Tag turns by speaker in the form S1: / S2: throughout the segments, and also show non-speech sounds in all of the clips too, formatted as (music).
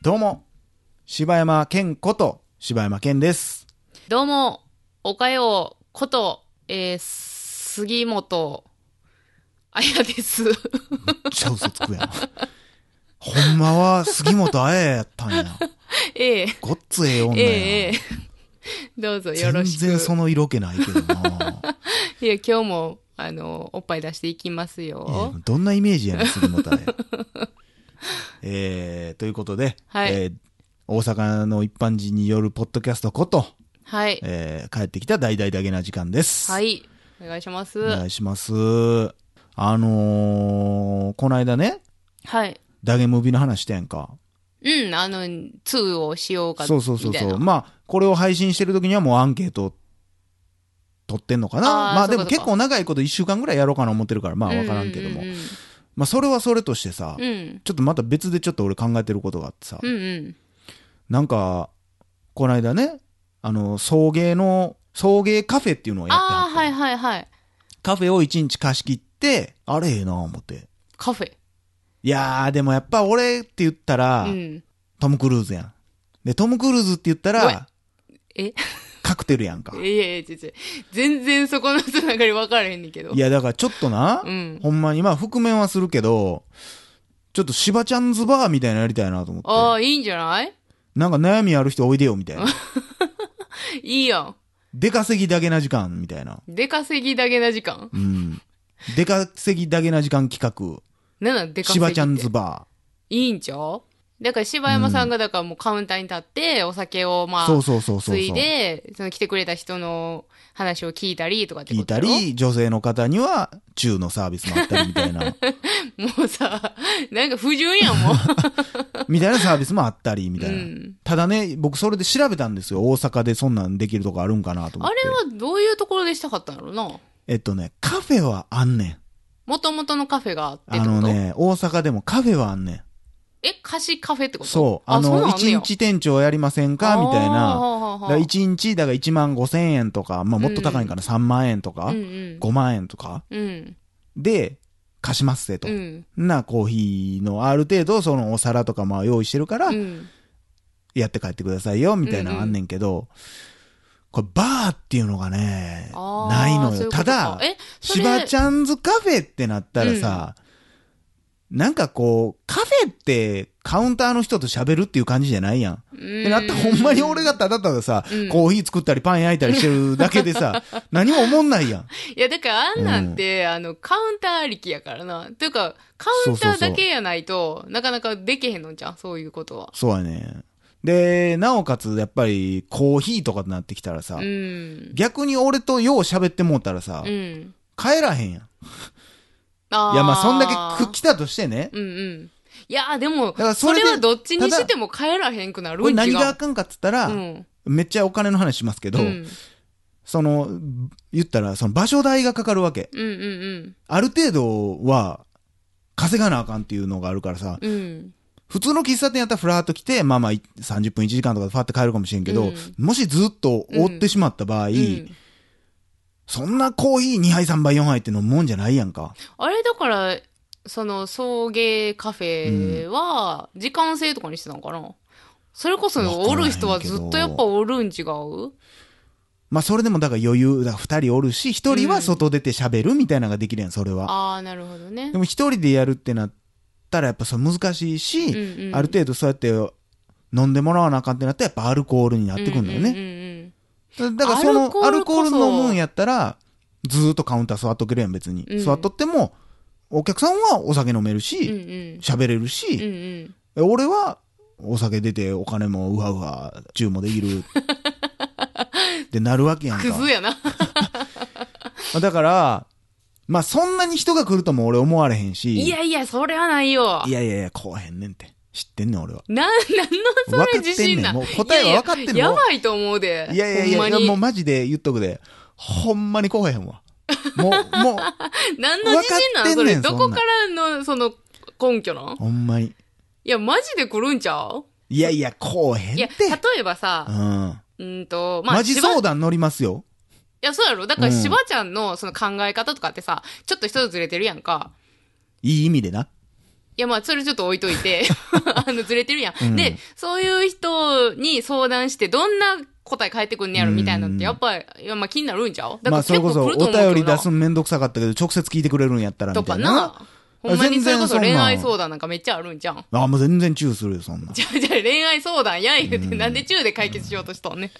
S1: どうも、柴山健こと柴山健です。
S2: どうも、おかようこと、えー、杉本あやです。
S1: めっちゃ嘘つくやん。 (laughs) ほんまは杉本彩やったんや。
S2: (laughs) ええ
S1: ごっつええ女
S2: え
S1: やな。
S2: えええどうぞよろ
S1: 全
S2: しく。
S1: 然その色気ないけど
S2: (laughs)
S1: な。
S2: いや、今日も、あの、おっぱい出していきますよ
S1: ええ。どんなイメージやねん、杉本彩。えー、ということで、
S2: はい
S1: えー大阪の一般人によるポッドキャストこと、
S2: はい。
S1: えー帰ってきた大々だけな時間です。
S2: はい。お願いします。
S1: お願いします。あのー、この間ね、
S2: はい。
S1: ダゲムービーの話したやんか。
S2: うん、あの、2をしようか、み
S1: そ
S2: たいうな。
S1: そうそうそう。まあ、これを配信してる時にはもうアンケート取ってんのかな。
S2: あー
S1: まあ
S2: そう
S1: で
S2: か
S1: も
S2: そうか
S1: 結構長いこと1週間ぐらいやろうかな思ってるから、まあわからんけども。
S2: うんうん
S1: まあそれはそれとしてさ、
S2: うん。うん
S1: ちょっとまた別でちょっと俺考えてることがあってさ、
S2: うんうん。
S1: なんか、この間ね、あの、送迎の、送迎カフェっていうのをやってはっ
S2: ああ、
S1: て
S2: はいはいはい。
S1: カフェを1日貸し切って、あれええな思って。
S2: カフェ。
S1: いやー、でもやっぱ俺って言ったら、
S2: うん。
S1: トム・クルーズやん。で、トム・クルーズって言った
S2: ごめん
S1: ら、
S2: え (laughs)
S1: カクテルやんか。
S2: いやいや、ちょちょ全然そこのつながり分からへんねんけど。
S1: いや、だからちょっとな、
S2: うん
S1: ほんまに、まあ、覆面はするけど、ちょっとしばちゃんズバーみたいなのやりたいなと思
S2: あ
S1: っ
S2: あ、いいんじゃない
S1: て。なんか悩みある人おいでよ、み
S2: (laughs)
S1: たいな。
S2: いいやん。
S1: 出稼ぎだけな時間、みたいな。
S2: 出稼ぎだけな時間
S1: うん。出稼ぎだけな時間企
S2: なんなん出
S1: 画、し
S2: 稼ぎっ
S1: ば
S2: て
S1: ちゃんズバ
S2: いいんちゃうだから柴山さんがだからもうカウンターに立って、お酒をま
S1: ー。
S2: あ、
S1: そうそうそうそうそう。
S2: ついで、その来てくれた人の話を聞いたりとかって
S1: 聞
S2: こ
S1: い
S2: と
S1: た
S2: やろ
S1: り、女性の方には、中のサービスもあったりみたい
S2: (laughs)
S1: な、
S2: もうさ、なんか不純や
S1: (laughs)
S2: んもう。
S1: みたいなサービスもあったり、みたいな。
S2: うん
S1: ただね、僕それで調べたんですよ。大阪でそんなんできるとこあるんかなと思っ
S2: あ
S1: て。
S2: れはどういうところでしたかったんだろうな。
S1: えっとね、カフェはあんねん。
S2: もともとのカフェがあってっ
S1: あ
S2: てこと
S1: のね、大阪でもカフェはあんねん。
S2: え、貸しカフェってこと
S1: そう。あの、
S2: なん
S1: 一
S2: ねや
S1: 日店長やりませんかみたい
S2: あー
S1: な。
S2: はあ
S1: だ
S2: は
S1: か
S2: あ
S1: ら一日、だから1万5千円とか、まあもっと高いんかな、3万円とか、
S2: うんうん。
S1: 5万円とか
S2: うん。
S1: で、貸しますせと。
S2: うん。
S1: な、コーヒーのある程度、そのお皿とかまあ用意してるから
S2: う、ん。
S1: やって帰ってくださいよ、みたいなの
S2: うんうん
S1: あんねんけど、これバーっていうのがね、
S2: あー
S1: ないの
S2: そう
S1: よ。
S2: うこ
S1: た
S2: とか
S1: だ、
S2: え、そ
S1: しば
S2: れ
S1: ちゃんズカフェってなったらさ、なんかこう、カフェってカウンターの人と喋るっていう感じじゃないやん。
S2: うん
S1: でなったらほんまに俺がただたださ、
S2: うん
S1: コーヒー作ったりパン焼いたりしてるだけでさ、何も思んないや
S2: (laughs)
S1: ん。
S2: いや、だからあんなんて、あの、カウンター力やからな。というか、カウンターだけやないと、なかなかできへんのじゃん、そういうことは。
S1: そうやね。で、なおかつやっぱりコーヒーとかになってきたらさ、
S2: うん。
S1: 逆に俺とよう喋ってもうたらさ、
S2: うん。
S1: 帰らへんやん。
S2: あー
S1: いやまあそんだけく来たとしてね、
S2: うんうん。いや、でも
S1: から、そ
S2: そ
S1: れで
S2: れはどっちにしても帰らへんくなる
S1: これ
S2: ん違
S1: 何
S2: う
S1: があかんかっつったら、
S2: うん。
S1: めっちゃお金の話しますけ
S2: う
S1: ど、
S2: ん。うん
S1: その、言ったら、その場所代がかかるわけ。
S2: うんうん。
S1: ある程度は、稼がなあかんっていうのがあるからさ、
S2: うん。
S1: 普通の喫茶店やったらふらっと来て、まあまあい30分1時間とかでファって帰るかもしれんけど、
S2: うん
S1: もしずっと追ってしまった場合、
S2: うん
S1: そんなコーヒー2杯3杯4杯って飲むもんじゃないやんか。
S2: あれ、だから、その、送迎カフェは、時間制とかにしてたのかなそれこそ、おる人はずっとやっぱおるん違う
S1: まあそれでもだから余裕、だ2人おるし、1人は外出て喋るみたいなのができるやん、それは。
S2: ああ、なるほどね
S1: で。も1人でやるってなったらやっぱそれ難しいし、
S2: うんうん
S1: ある程度そうやって飲んでもらわなあかんってなったらやっぱアルコールになってくんだよね。
S2: うんうんうん
S1: だだからその
S2: ア
S1: ア
S2: ル
S1: ル
S2: コ
S1: コ
S2: ー
S1: ー
S2: ルこ
S1: ル
S2: そ
S1: 飲むんやったら、ずーっとカウンター座っとけるやん、別に。
S2: うん
S1: 座っとっても、お客さんはお酒飲める
S2: うんう
S1: し、
S2: ん
S1: 喋、れる
S2: うんう
S1: し、
S2: ん
S1: 俺はお酒出てお金もうわうわ、注もでき
S2: (laughs)
S1: る。ってなるわけやんか
S2: ク。ズやな。
S1: まあだから、まあそんなに人が来るとも俺思われへんし、
S2: いやいや、それはないよ
S1: い。やいやいや、こうへんねんって。知ってんねん、俺は。
S2: なん、なんのそれ自信な
S1: 分かってんねんもう答えはい
S2: やいや
S1: 分かってんねん
S2: や
S1: もう
S2: ばいと思うで。
S1: いやいやいや、
S2: ほん
S1: いや
S2: まに
S1: もうマジで言っとくで、ほんまにこうへんわ。もう、もう、
S2: 何の自信
S1: 分かっ
S2: なのそれ。
S1: てんねんそ
S2: ど
S1: んなん
S2: こからの、その、根拠なん
S1: ほんまに。
S2: いや、マジで来るんちゃう
S1: いやいや、こうへんっ
S2: い
S1: て。
S2: や、例えば
S1: う
S2: さ、
S1: ん。
S2: うんと、まあ、
S1: マジ
S2: しば
S1: 相談乗りますよ。
S2: いや、そうやろ。だから、
S1: うん
S2: しばちゃんのその考え方とかってさ、ちょっと一つずれてるやんか。
S1: いい意味でな。
S2: いや、まあ、それちょっと置いと
S1: (laughs)
S2: いて、あの、ずれてるやん,、
S1: うん
S2: で、そういう人に相談して、どんな答え返ってくんねやろみたいなのって、やっぱり、いや、まあ、気になるんちゃうだか
S1: まあ、
S2: ら
S1: そ
S2: 結
S1: れ
S2: 構
S1: こそ、
S2: 来ると
S1: お
S2: 思うけどな、
S1: 便り出すのめんどくさかったけど、直接聞いてくれるんやったら、
S2: と
S1: みた
S2: か
S1: いな。
S2: な。ほんまにそれこ
S1: 全然そ
S2: そ恋愛
S1: んなん
S2: 相談なんかめっちゃあるんじゃん。
S1: あ、もう全然チューするよ、そ
S2: (laughs)
S1: んな。
S2: じゃあ、じゃあ恋愛相談や言うて、なんで中で解決しようとしとんねん。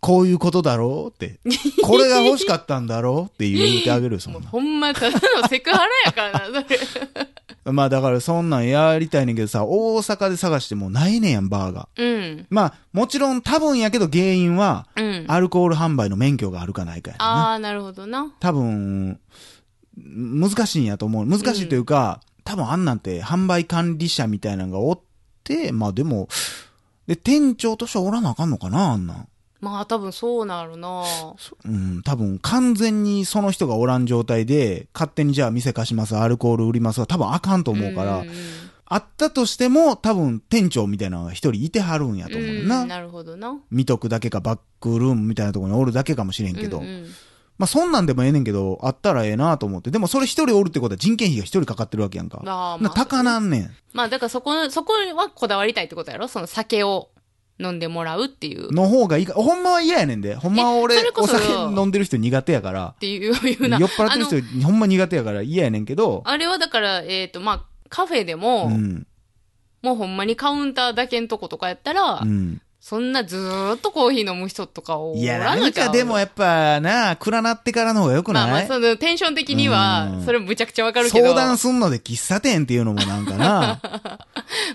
S1: こういうことだろうって。これが欲しかったんだろうって言うてあげるよ、そん
S2: もう (laughs)
S1: な。
S2: ほんま、ただのセクハラやからな、それ。
S1: まあだからそんなんやりたいねんけどさ、大阪で探してもないねんやん、バーが。
S2: うん。
S1: まあ、もちろん多分やけど原因は、
S2: うん。
S1: アルコール販売の免許があるかないかやねんな。
S2: ああ、なるほどな。
S1: 多分、難しいんやと思う。難しいというか、多分あんなんて販売管理者みたいなのがおって、まあでも、で、店長としてはおらなあかんのかな、あんなん。
S2: まあ、多分そうなるな。
S1: うん、多分完全にその人がおらん状態で、勝手にじゃあ店貸します、アルコール売りますは多分あかんと思うから、
S2: ん
S1: あったとしても多分店長みたいなのが一人いてはるんやと
S2: う。
S1: 思うんよな。
S2: なるほどな。
S1: 見とくだけかバックルームみたいなところにおるだけかもしれんけど、
S2: うんうん
S1: まあそんなんでもええねんけど、あったらええなと思って。でもそれ一人おるってことは人件費が一人かかってるわけやんか。
S2: あー
S1: な
S2: まあ
S1: 高なんねん。
S2: まあ、だからそこ、そこはこだわりたいってことやろその酒を飲んでもらうっていう。っ
S1: の方がいいか。ほんまは嫌やねんで。ほんまは俺
S2: えそれ、こ
S1: お
S2: そよ
S1: 酒飲んでる人苦手やから。
S2: ていうよう
S1: 酔っ
S2: な。
S1: 払ってる
S2: あの
S1: 人、ほんま苦手やから嫌やねんけど。
S2: あれはだから、えっ、と、まあ、カフェでも、
S1: うん。
S2: もうほんまにカウンターだけんとことかやったら、
S1: うん。
S2: そんなずーっとコーヒー飲む人とかを。
S1: いや、なんかでもやっぱな、暗なってからの方がよく
S2: まあま
S1: な
S2: あ、
S1: い
S2: そのテンション的に
S1: う
S2: は
S1: ん、
S2: それむちゃくちゃわかるけど。
S1: 相談すんので喫茶店っていうのもなんかな。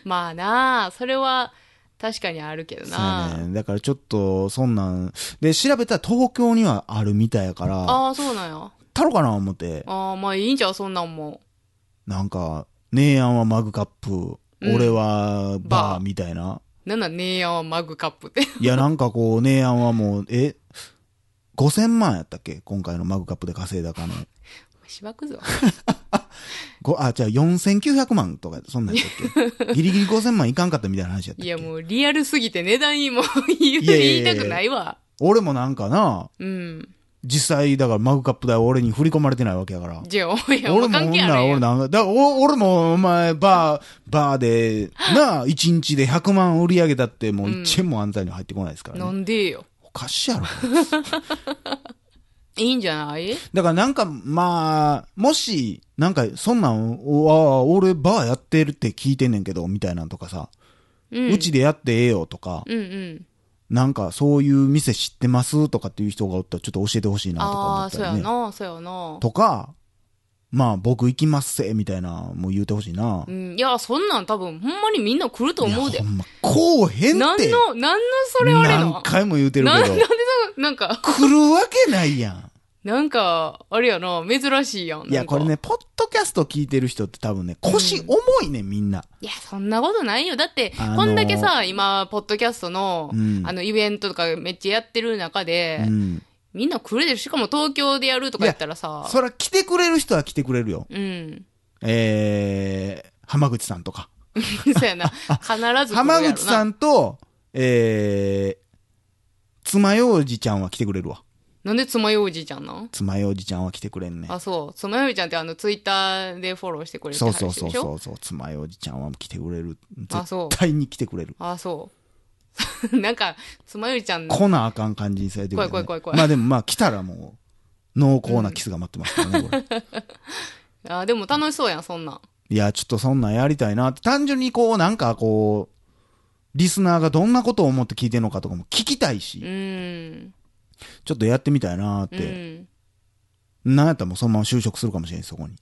S2: まあなあ、それは確かにあるけど (laughs) な。
S1: そうやねだからちょっと、そんなん。で、調べたら東京にはあるみたいやから、
S2: ああ、そうなんや。
S1: たろかな思って。
S2: ああ、まあいいんじゃう、そんなんも。
S1: なんか、姉やんはマグカップ、
S2: うん
S1: 俺はバー
S2: バー
S1: みたいな。
S2: なんなん、姉やんはマグカッ
S1: (laughs)
S2: プって。
S1: いや、なんか
S2: (laughs)
S1: こう、姉やんはもう、え、5000万やったっけ今回のマグカップで稼いだ金。
S2: しばくぞ。
S1: ごあ、じゃあ4900万とか、そんなんやったっ
S2: (laughs)
S1: けギリギリ5000万いかんかったみたいな話やったっ
S2: い
S1: け
S2: や、もうリアルすぎて値段いいもん言う
S1: いやいやいや
S2: 言いたくないわ。
S1: 俺もなんかな、
S2: うん。
S1: 実際、だからマグカップ代は俺に振り込まれてないわけやから。
S2: じゃあ、お前、
S1: 俺もほ
S2: 関
S1: ん
S2: 係
S1: な
S2: あ
S1: ら
S2: る
S1: 俺
S2: やん。
S1: なんか、だお俺もお前、バー、バー
S2: (laughs)
S1: で、なあ、1日で100万売り上げたって、もう1円も安泰に入ってこないですからね。
S2: なんでよ。
S1: おかしいやろ。
S2: いいんじゃない
S1: だからなんか、まあ、もし、なんか、そんなん、おああ、俺バーやってるって聞いてんねんけど、みたいなんとかさ、
S2: う。
S1: うんちでやってええよとか、
S2: うんうん。
S1: なんかそういう店知ってますとかっていう人がおったらちょっと教えてほしいなとか
S2: あ
S1: 思
S2: あ、
S1: っ
S2: そう
S1: た
S2: や
S1: よね。
S2: な、そうやな。
S1: とか、まあ僕行きますせ、みたいな、もう言うてほしいな
S2: う。ん。いや、そんなん多分、ほんまにみんな来ると
S1: いや
S2: 思うで
S1: ほ。んま、こうへん
S2: なん
S1: って。
S2: の、なんのそれあれ
S1: 何
S2: の
S1: 回も言うてる
S2: な
S1: け
S2: ん
S1: ど
S2: なんで。そ、なんか、
S1: 来るわけないやん。
S2: なんか、あれやな、珍しいやん。
S1: い
S2: な
S1: や、
S2: んか
S1: これ。ね、ポッドキャスト聞いてる人って多分ね、腰重いね、みんな。
S2: いや、そんなことないよ。だって、
S1: あのー
S2: こんだけさ、今、ポッドキャストの、
S1: うん
S2: あの、イベントとかめっちゃやってる中で、
S1: うん。
S2: みんな来るでしょしかも東京でやるとかやったらさ、
S1: そら来てくれる人は来てくれるよ。
S2: うん。 (laughs)
S1: えー、浜口さんとか。
S2: そうやな。必ず来るやろな。
S1: 浜口さ
S2: ん。
S1: んと、えー、つまようじちゃんは来てくれるわ。
S2: なんでつまようじちゃんなん
S1: つまようじちゃんは来てくれんね。
S2: あ、そう。つまようじちゃんってあの、ツイッターでフォローしてくれて
S1: そ
S2: は
S1: う
S2: る人
S1: そう
S2: でし
S1: そ
S2: ょ
S1: うそうそう、つまようじちゃんは来てくれる。
S2: あそう
S1: 絶対に来てくれる。
S2: あ、そう。 (laughs) なんか、つまようじちゃんの、
S1: 来なあかん感じにされてるけど、ね。
S2: 怖い怖い怖い怖い
S1: まあでもまあ来たらもう、濃厚なキスが待ってますからね、これ。
S2: あ、でも楽しそうやん、そんなん。
S1: いや、ちょっとそんなんやりたいなって、単純にこう、なんかこう、リスナーがどんなことを思って聞いてるのかとかも聞きたいうし、
S2: ん。
S1: ちょっとやってみたいなっ
S2: う
S1: て、
S2: ん。
S1: なんやったらもうそのまま就職するかもしれんそこに。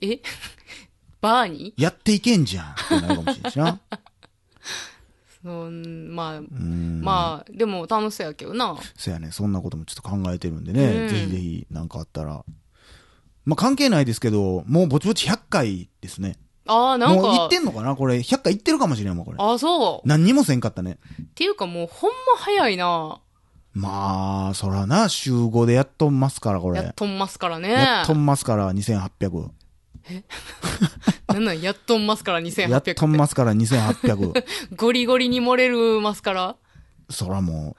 S2: え (laughs) バーに
S1: やっていけんじゃんってなるかもしれんし
S2: (laughs)
S1: な。
S2: うん、まあ、
S1: うん。
S2: まあ、でも楽しそうやけどな。
S1: そやね、そんなこともちょっと考えてるんで
S2: う
S1: ね、
S2: ん
S1: ぜひぜひなんかあったら。まあ関係ないですけど、もうぼちぼち100回ですね。
S2: ああ、なん
S1: もう行
S2: か
S1: っ、てんのかなこれ、100回行ってるかもしれんもん、これ。
S2: ああ、そう。
S1: 何にもせんかったね。
S2: っていうかもうほんま早いな。
S1: まあ、そらな、週5でやっとんますから、これ。
S2: やっとんますからね。
S1: やっとんますから、2800。
S2: なんなんやっとんますから
S1: やっ
S2: 2800
S1: とんますから、2800。
S2: (laughs) ゴリゴリに漏れるますから。
S1: そらも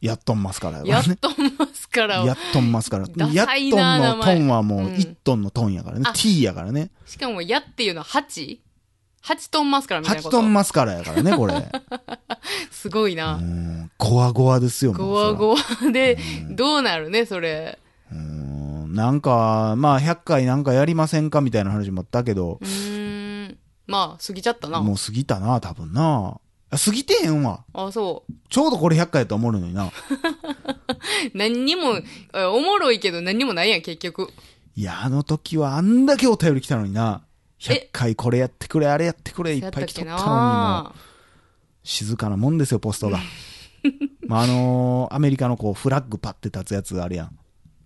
S1: やっとんますからやか
S2: や
S1: ら
S2: っ
S1: ね。
S2: とますから
S1: やっとんますから。
S2: ダ
S1: やっ
S2: サい
S1: と
S2: なん
S1: のトンは
S2: 名
S1: もう
S2: 前
S1: 1トンのトンやからね
S2: あ。
S1: T やからね。
S2: しかも、やっていうのは 8?8 トンマスカラみたいなこ
S1: 8
S2: と。
S1: トンマスカラやからね、これ。
S2: すごいな
S1: う。ん。ゴワゴワですよ、もうそ
S2: ゴワ
S1: ら
S2: ゴワで、どうなるね、それ。
S1: うーんなんか、まあ、100回なんかやりませんかみたいな話もあったけど
S2: う、ーん。まあ、過ぎちゃったな。
S1: もう過ぎたな、多分な。あ過ぎてへんわ。
S2: あ、そう。
S1: ちょうどこれ100回やと思うのにな。
S2: 何にも、えおもろいけど何にもないやん、結局。
S1: いや、あの時はあんだけお便り来たのにな。100回これやってくれ、あれやってくれ、いっぱい来とったのにもう、静かなもんですよ、ポストが。まあ、あのーアメリカのこう、フラッグパッて立つやつあるやん。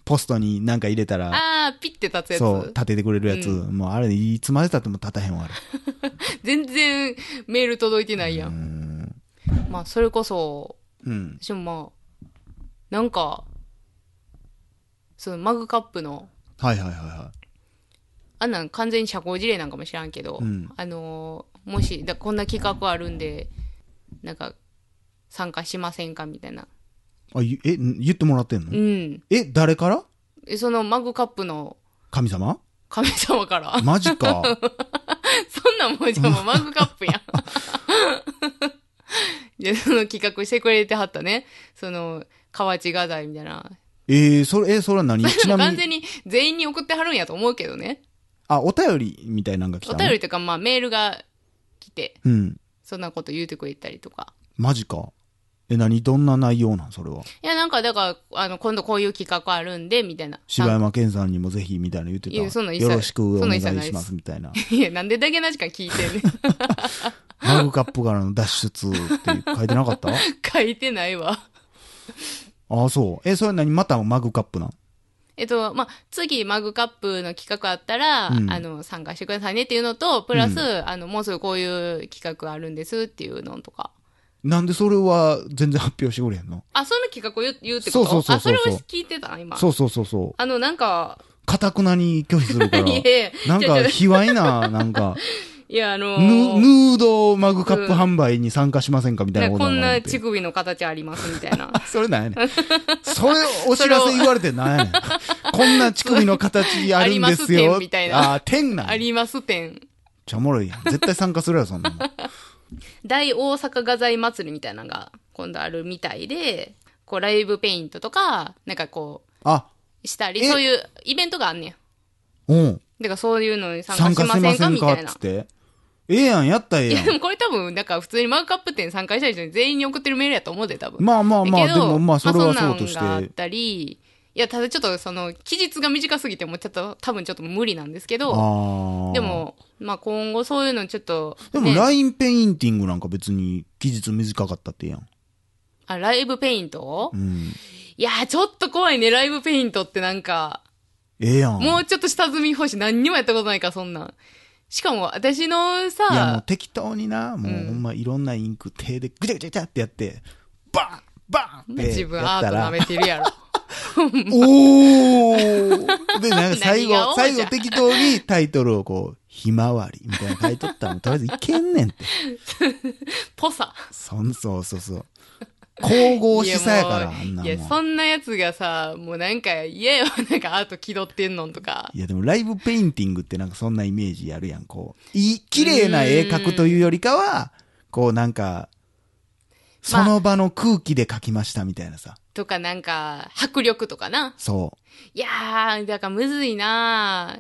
S1: ポストになんか入れたら、
S2: あー、ピッて立つやつ。
S1: そう、立ててくれるやつ。もうあれ、いつまでたっても立たへんわ、あれ。
S2: 全然メール届いてないやん。まあ、それこそ、
S1: うん。
S2: 私もまあ、なんか、そのマグカップの、
S1: はいはいはいは
S2: あんなん完全に社交辞令なんかも知らんけど、
S1: うん
S2: あのーもし、だこんな企画あるんで、なんか、参加しませんかみたいな。
S1: い。あ、ゆえ、ん言ってもらってんの
S2: うん。
S1: え、誰から
S2: えそのマグカップの
S1: 神様
S2: 神様から。
S1: マジか。
S2: そんなんもうじゃあもうマグカップやん。 (laughs) じゃその企画してくれてはったね。その、河内画材みたいな。
S1: えー、それ、えそれは何
S2: (laughs)
S1: ちなみ
S2: 完
S1: に、
S2: 全に全員に送ってはるんやと思うけどね。
S1: あ、お便りみたいなんが来た
S2: お
S1: の
S2: 便りとか、まあメールが来て、
S1: うん。
S2: そんなこと言うてくれたりとか。
S1: マジか。え、何どんな内容なんそれは。
S2: いや、なんか、だから、あの、今度こういう企画あるんで、みたいな。
S1: 柴山健さんにもぜひ、みたいな言って
S2: いやそんな
S1: た。
S2: ん一
S1: よ
S2: 切
S1: ろしくお
S2: そん
S1: 願い
S2: なん一切ない
S1: します、みたいな。
S2: (laughs) いや、なんでだけなしか聞いてん (laughs) ねん。
S1: マグカップからの脱出って書いてなかった
S2: (laughs) 書いてないわ。
S1: あ、そう。え、それは何またマグカップなん
S2: えっと、まあ、次、マグカップの企画あったら、
S1: うん
S2: あの、参加してくださいねっていうのと、プラス、
S1: う
S2: あの、もうすぐこういう企画あるんですっていうのとか。
S1: なんでそれは全然発表してくれへんの
S2: あ、その企画を言う言うってこと
S1: そうそうそうそう
S2: あ、それを聞いてたな、今。
S1: そうそうそうそ
S2: あの、なんか、
S1: う。かたくなに拒否するから。
S2: (laughs) いやいや
S1: なん
S2: ちょちょ
S1: か、卑猥な、なんか、
S2: (laughs) いや、あの
S1: ヌ
S2: ー
S1: ヌードマグカップ販売に参加しませんかみたいな
S2: な
S1: こ
S2: ん
S1: と
S2: かこ
S1: に
S2: ん
S1: な
S2: な
S1: るって
S2: 乳首の形ありますみた
S1: (laughs)
S2: いな。
S1: それなんやね
S2: (laughs)
S1: ん。それ、お知らせ言われてなんやねん。こんな乳首の形あるんです
S2: (laughs) あります
S1: よ。
S2: 点みたいな
S1: あー、点なんや。
S2: あ
S1: めっ
S2: ります点。
S1: ちゃおもろいやん。絶対参加するやろ、そんな
S2: (laughs)
S1: もん。
S2: 大大阪画材祭りみたいなのが今度あるみたいで、こう、ライブペイントとか、なんかこ
S1: あ、
S2: う、したり、
S1: え
S2: そういうイベントがあんねん。
S1: うん。
S2: だからそういうのに参
S1: 参
S2: 加
S1: 加
S2: し
S1: し
S2: ま
S1: ま
S2: せん
S1: せ
S2: か
S1: ん
S2: み
S1: か
S2: た
S1: っ
S2: いな
S1: つっ。て。ええやん、やったらええ
S2: い
S1: や
S2: やで
S1: ん。
S2: もこれ多分、なんか普通にマグカップ店参加した人に全員に送ってるメールやと思うで、多分。
S1: まあまあまあ、
S2: だ
S1: で
S2: けど
S1: もまあ、それはそうとし。
S2: まあそんなんがあってたり、いや、ただちょっとその、期日が短すぎてもちょっと、多分ちょっと無理なんですけ
S1: あ
S2: ど、
S1: ー
S2: で、も、まあ今後そういうのちょっと、
S1: でも、
S2: ね
S1: ラインペインティングなんか別に期日短かったってええやん。
S2: あライブペイント、
S1: うん。
S2: いやー、ちょっと怖いね、ライブペイントってなんか、
S1: ええやん。
S2: もうちょっと下積み欲しい。何にもやったことないから、そんなん。しかも私の
S1: いや、もう
S2: さ、
S1: 適当にな、もうほんまいろんなインク手でぐちゃぐちゃぐちゃってやって、バーンバーンって
S2: 自分
S1: やっ
S2: アー
S1: た
S2: ト
S1: ら
S2: 舐め、てるやろ。
S1: おーで、
S2: (laughs)
S1: なんか最
S2: 何
S1: 後、
S2: が王じゃ
S1: 最後適当にタイトルをこう、ひまわりみたいなの書いとったの、とりあえずいけんねんって。
S2: ぽさ。
S1: そん、そうそうそう。神々しさやから、あ
S2: いや
S1: ん
S2: も
S1: な
S2: う
S1: もん。
S2: いや、そんなやつがさ、もうなんか嫌よ。 (laughs) なんかアート気取ってんのんとか。
S1: いやでもライブペインティングってなんかそんなイメージやるやん、こう。いい、綺麗な絵描くというよりかは、こうなんか、その場の空気で描きましたみたいなさ。
S2: とかなんか、迫力とかな。
S1: そ
S2: いやー、だからむずいな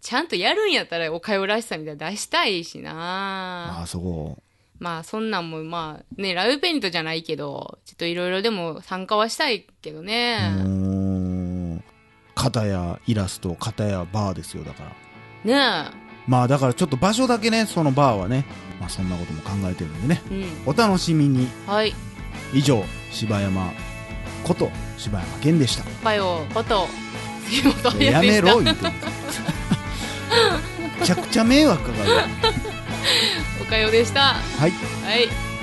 S2: ちゃんとやるんやったらおかよらしさみたいなの出したいし
S1: う。
S2: な
S1: ああ、そう。
S2: まあそんなんもまあね、ライブペイントじゃないけど、ちょっといろいろでも参加はしたいけど
S1: う
S2: ね。
S1: ーん。片やイラスト、片やバーですよ、だから。
S2: ね
S1: まあだからちょっと場所だけね、そのバーはね、まあそんなことも考えてるんでね。
S2: え。う
S1: お
S2: ん。
S1: 楽しみに。
S2: はい。
S1: 以上、柴山こと柴山健でした。
S2: パヨこと、杉本
S1: い
S2: 彩
S1: やや
S2: で
S1: め
S2: した
S1: ろ、言うてんのめちゃくちゃ迷惑かかるわ。
S2: おかよでした。
S1: はい。
S2: はい。